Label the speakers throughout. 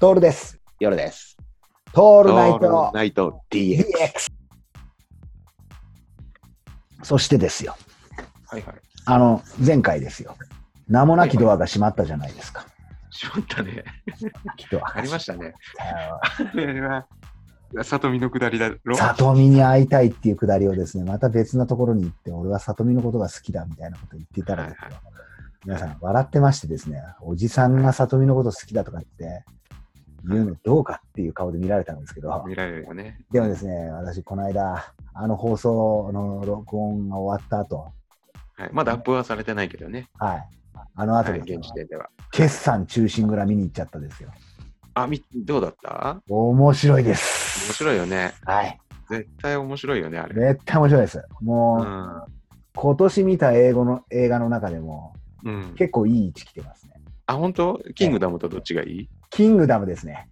Speaker 1: トールです。
Speaker 2: 夜です。
Speaker 1: トー
Speaker 2: オ
Speaker 1: ルナイト
Speaker 2: ナイト DX。
Speaker 1: DX。そしてですよ。
Speaker 2: はいはい。
Speaker 1: あの、前回ですよ。名もなきドアが閉まったじゃないですか。
Speaker 2: しまったね。
Speaker 1: きっと
Speaker 2: ありましたね。
Speaker 1: た。
Speaker 2: あれは、里見の下りだろ
Speaker 1: 里見に会いたいっていうくだりをですね、また別のところに行って、俺は里見のことが好きだみたいなこと言ってたらですよ
Speaker 2: はい
Speaker 1: 皆さん笑ってましてですね、おじさんが里見のこと好きだとかって言うのどうかっていう顔で見られたんですけど。
Speaker 2: 見られるよね。
Speaker 1: でもですね、私、この間、あの放送の録音が終わった後、
Speaker 2: はい、まだアップはされてないけどね。
Speaker 1: はい、あの
Speaker 2: は
Speaker 1: 後
Speaker 2: い、
Speaker 1: で、
Speaker 2: 現時点では。
Speaker 1: 決算中心蔵見に行っちゃったんですよ。
Speaker 2: あ、み、どうだった
Speaker 1: 面白いで
Speaker 2: 面
Speaker 1: す。
Speaker 2: 白いよね。
Speaker 1: はい。
Speaker 2: 絶対面白いよね、あれ。
Speaker 1: めっちゃ面白いです。
Speaker 2: う
Speaker 1: もう、
Speaker 2: ん。
Speaker 1: 今年見た英語の映画の中でも、
Speaker 2: うん、
Speaker 1: 結構いい位置来てますね。
Speaker 2: あ、本当キングダムとどっちがいい
Speaker 1: キングダムですね。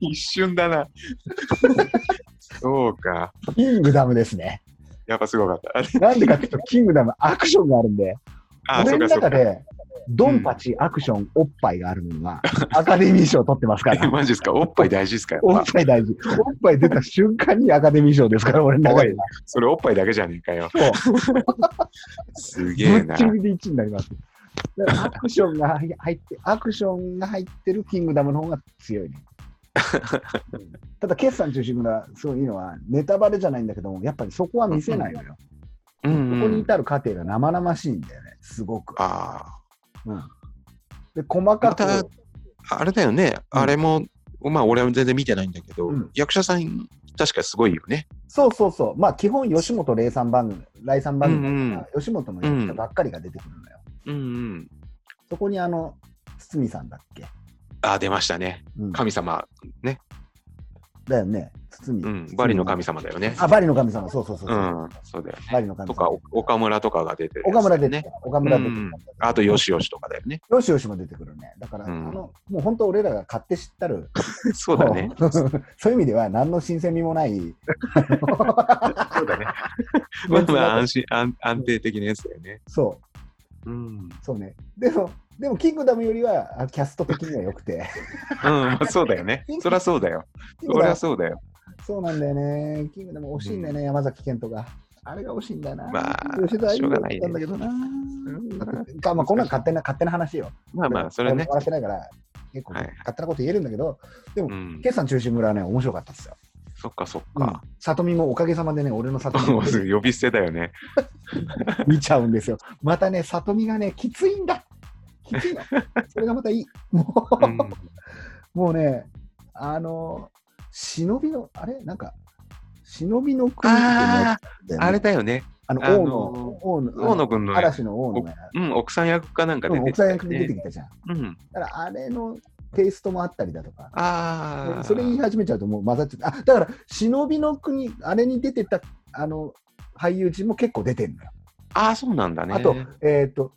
Speaker 2: 一瞬だな。 そうか。
Speaker 1: キングダムですね。
Speaker 2: やっぱすごかった。
Speaker 1: なんでかっていうと、キングダムアクションがあるんで、
Speaker 2: あ、そ
Speaker 1: 俺
Speaker 2: う
Speaker 1: の
Speaker 2: か、そう
Speaker 1: 中
Speaker 2: か。
Speaker 1: で、ドンパチ、アクション、おっぱいがあるのは、アカデミー賞を取ってますから
Speaker 2: え。マジですかおっぱい大事ですかやっ
Speaker 1: お
Speaker 2: ぱ
Speaker 1: っぱい大事。おっぱい出た瞬間にアカデミー賞ですから、俺の中では。
Speaker 2: それおっぱいだけじゃねえかよ。
Speaker 1: そう。
Speaker 2: すげえ
Speaker 1: ぶ
Speaker 2: な
Speaker 1: っち。ぎりで1位になります。だからアクションが入って、アクションが入ってるキングダムの方が強い ね。うんただ、決算中心村、すごいいいのは、ネタバレじゃないんだけども、やっぱりそこは見せないのよ。こ
Speaker 2: うん
Speaker 1: こに至る過程が生々しいんだよね、すごく。
Speaker 2: あ
Speaker 1: うんで、細かく、
Speaker 2: またあ、あれだよね。
Speaker 1: うん
Speaker 2: あれも、まあ俺は全然見てないんだけど、
Speaker 1: うん
Speaker 2: 役者さん、確かすごいよね。
Speaker 1: そうそうそう、まあ、基本、吉本零三番組、来三番組、
Speaker 2: うんうん
Speaker 1: 吉本の役者ばっかりが出てくるのよ。
Speaker 2: うんうん。
Speaker 1: そこにあの、堤さんだっけ、
Speaker 2: あ、出ましたね。
Speaker 1: うん、
Speaker 2: 神様。
Speaker 1: だよね、堤、
Speaker 2: うん。バリの神様だよね。
Speaker 1: あ、バリの神様、そうそうそう
Speaker 2: う
Speaker 1: そう、
Speaker 2: ん。そうだよね。
Speaker 1: バリの神様。
Speaker 2: とか、お岡村とかが出てるやつだよね、
Speaker 1: 岡村出てきた、岡村出てきた、
Speaker 2: うんあと、よしよしとかだよ ね。
Speaker 1: よしよしも出てくるね。だから、
Speaker 2: うん
Speaker 1: あのもう本当、俺らが買って知ったる、
Speaker 2: そうだね。
Speaker 1: もう そういう意味では、何の新鮮味も ない、
Speaker 2: そうだね。まあ
Speaker 1: 別
Speaker 2: まあ
Speaker 1: な
Speaker 2: 安心安、安定的なやつだよね。
Speaker 1: そ
Speaker 2: うん。うん、
Speaker 1: う、そうね。でも、でも、キングダムよりは、あキャスト的には良く て、
Speaker 2: まあ、そうだよね。そりゃそうだよ。
Speaker 1: キング
Speaker 2: そり
Speaker 1: ダ
Speaker 2: ゃ
Speaker 1: ム
Speaker 2: そうだよ。
Speaker 1: そうなんだよね。キングダム惜しいんだよね、山崎賢人が。あれが惜しいんだよな。
Speaker 2: まあ
Speaker 1: 吉田愛
Speaker 2: しょうがないね
Speaker 1: だったんだけどな。
Speaker 2: ん
Speaker 1: かまあ、こんなん勝手な、勝手な話よ。
Speaker 2: まあまあ、それはね。
Speaker 1: 笑ってないから、結構、
Speaker 2: はい
Speaker 1: 勝手なこと言えるんだけど、
Speaker 2: うん。
Speaker 1: 決算中心村はね、面白かったですよ。
Speaker 2: そっかそっ
Speaker 1: うん
Speaker 2: か。。
Speaker 1: 里見もおかげさまでね、俺の里見
Speaker 2: も
Speaker 1: を
Speaker 2: うす ぐ呼び捨てだよね。
Speaker 1: 見ちゃうんですよ。またね、里見がね、きついんだ。き ついの。それがまたいい。もう、
Speaker 2: うん
Speaker 1: もうね、あの、忍びの、あれなんか、忍びの国っていうのや
Speaker 2: あ
Speaker 1: つだよね
Speaker 2: あ、あれだよね。
Speaker 1: あの、
Speaker 2: あ
Speaker 1: 王
Speaker 2: の
Speaker 1: の、王の、
Speaker 2: 大野くんの、
Speaker 1: 嵐の王のね、
Speaker 2: うん、奥さん役かなんか
Speaker 1: う
Speaker 2: 出
Speaker 1: ん
Speaker 2: て
Speaker 1: 奥
Speaker 2: きた
Speaker 1: さん
Speaker 2: よ
Speaker 1: 役で出て
Speaker 2: ね。
Speaker 1: きたじゃん。
Speaker 2: うん。
Speaker 1: だから、あれのテイストもあったりだとか、
Speaker 2: ああ。
Speaker 1: それ言い始めちゃうともう混ざっちゃって、あだから、忍びの国、あれに出てた、あの、俳優陣も結構出てるのよ。
Speaker 2: ああ、そうなんだね。
Speaker 1: あと、えっ、と、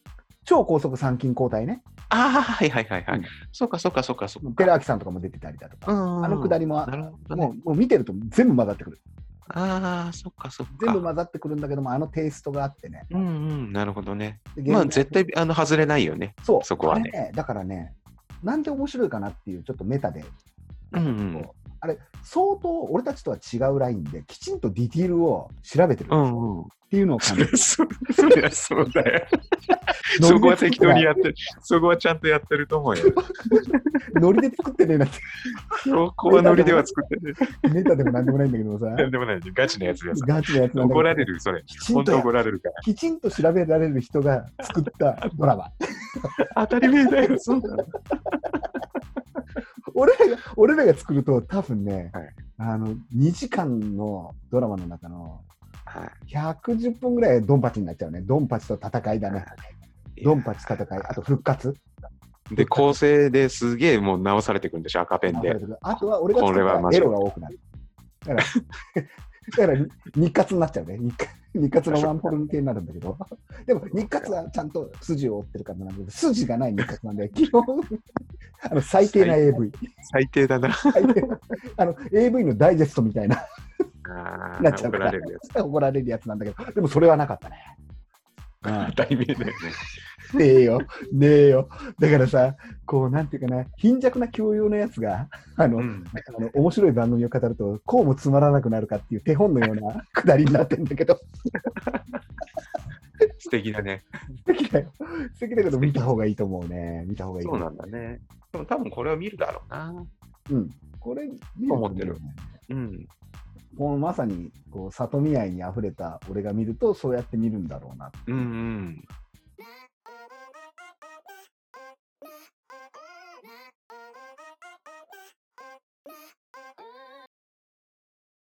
Speaker 1: 超高速参勤交代ね、
Speaker 2: ああ、はいはいはいは
Speaker 1: う
Speaker 2: い
Speaker 1: ん。
Speaker 2: そうかそうかそうかそうか。
Speaker 1: 寺脇さんとかも出てたりだとか、
Speaker 2: うん。
Speaker 1: あのくだりも、
Speaker 2: なるほど
Speaker 1: も
Speaker 2: ね。
Speaker 1: うもう見てると全部混ざってくる。
Speaker 2: ああ、そっかそっか。
Speaker 1: 全部混ざってくるんだけども、あのテイストがあってね。
Speaker 2: うんうん、なるほどね。
Speaker 1: で
Speaker 2: まあ、絶、対、あの、外れないよね。
Speaker 1: そう
Speaker 2: そこはね
Speaker 1: あれだからね、なんで面白いかなっていう、ちょっとメタで
Speaker 2: うんうん。
Speaker 1: あれ、相当俺たちとは違うラインで、きちんとディティールを調べてる
Speaker 2: う
Speaker 1: っ
Speaker 2: んうん。
Speaker 1: ていうのを
Speaker 2: そ
Speaker 1: 感じ
Speaker 2: り
Speaker 1: る
Speaker 2: ゃそうそりゃそうだよ。 そこは適当にやってる。そこはちゃんとやってる と思うよ。
Speaker 1: ノリで作ってねえなっ
Speaker 2: そこはノリでは作 ってる。
Speaker 1: て、メタでもなんでもないんだけどもさ、
Speaker 2: なんでも ないね。ガチのやつです。
Speaker 1: ガチのやつなんだけど
Speaker 2: 怒られる、それ。
Speaker 1: きちん
Speaker 2: 本
Speaker 1: と
Speaker 2: 当
Speaker 1: や
Speaker 2: 怒られるから。
Speaker 1: きちんと調べられる人が作ったドラマ。
Speaker 2: 当たり前だよ、そうだ。
Speaker 1: 俺らが俺らが作ると、多分ね、
Speaker 2: はい
Speaker 1: あの2時間のドラマの中の
Speaker 2: は
Speaker 1: 110分ぐらいドンパチになっちゃうね。ドンパチと戦いだね。
Speaker 2: い
Speaker 1: ドンパチ戦い、あと復活。
Speaker 2: で、構成ですげえもう直されてくんでしょ、赤ペンで。
Speaker 1: あとは俺が作
Speaker 2: これは
Speaker 1: っ
Speaker 2: マ
Speaker 1: た
Speaker 2: ジ
Speaker 1: エロが多くなる。だから、 だから日活になっちゃうね。日活日活のワンポルン系になるんだけど。でも日活はちゃんと筋を追ってるからなんだけど、筋がない日活なんで、 基本、あの最低な AV。
Speaker 2: 最低だな。
Speaker 1: 最低 なあの AV のダイジェストみたいな
Speaker 2: あ
Speaker 1: なっちゃう
Speaker 2: ー怒
Speaker 1: から
Speaker 2: られるやつ。
Speaker 1: 怒られるやつなんだけど、でもそれはなかったね。うん
Speaker 2: 当たり前だよね。
Speaker 1: ねえよ、ねえよ。だからさ、こう、なんていうかな、貧弱な教養のやつが、あの、
Speaker 2: うん
Speaker 1: あの面白い番組を語ると、こうもつまらなくなるかっていう手本のよう なくだりになってんだけど、
Speaker 2: 素敵だね。
Speaker 1: 素敵だよ。素敵だけど、見た方がいいと思うね。見た方がいい。
Speaker 2: そうなんだね。でも多分これは見るだろうな。
Speaker 1: うん。これ、見ると
Speaker 2: 思ってる。うん。
Speaker 1: このまさに、こう、里見愛に溢れた俺が見ると、そうやって見るんだろうな。
Speaker 2: うんうん。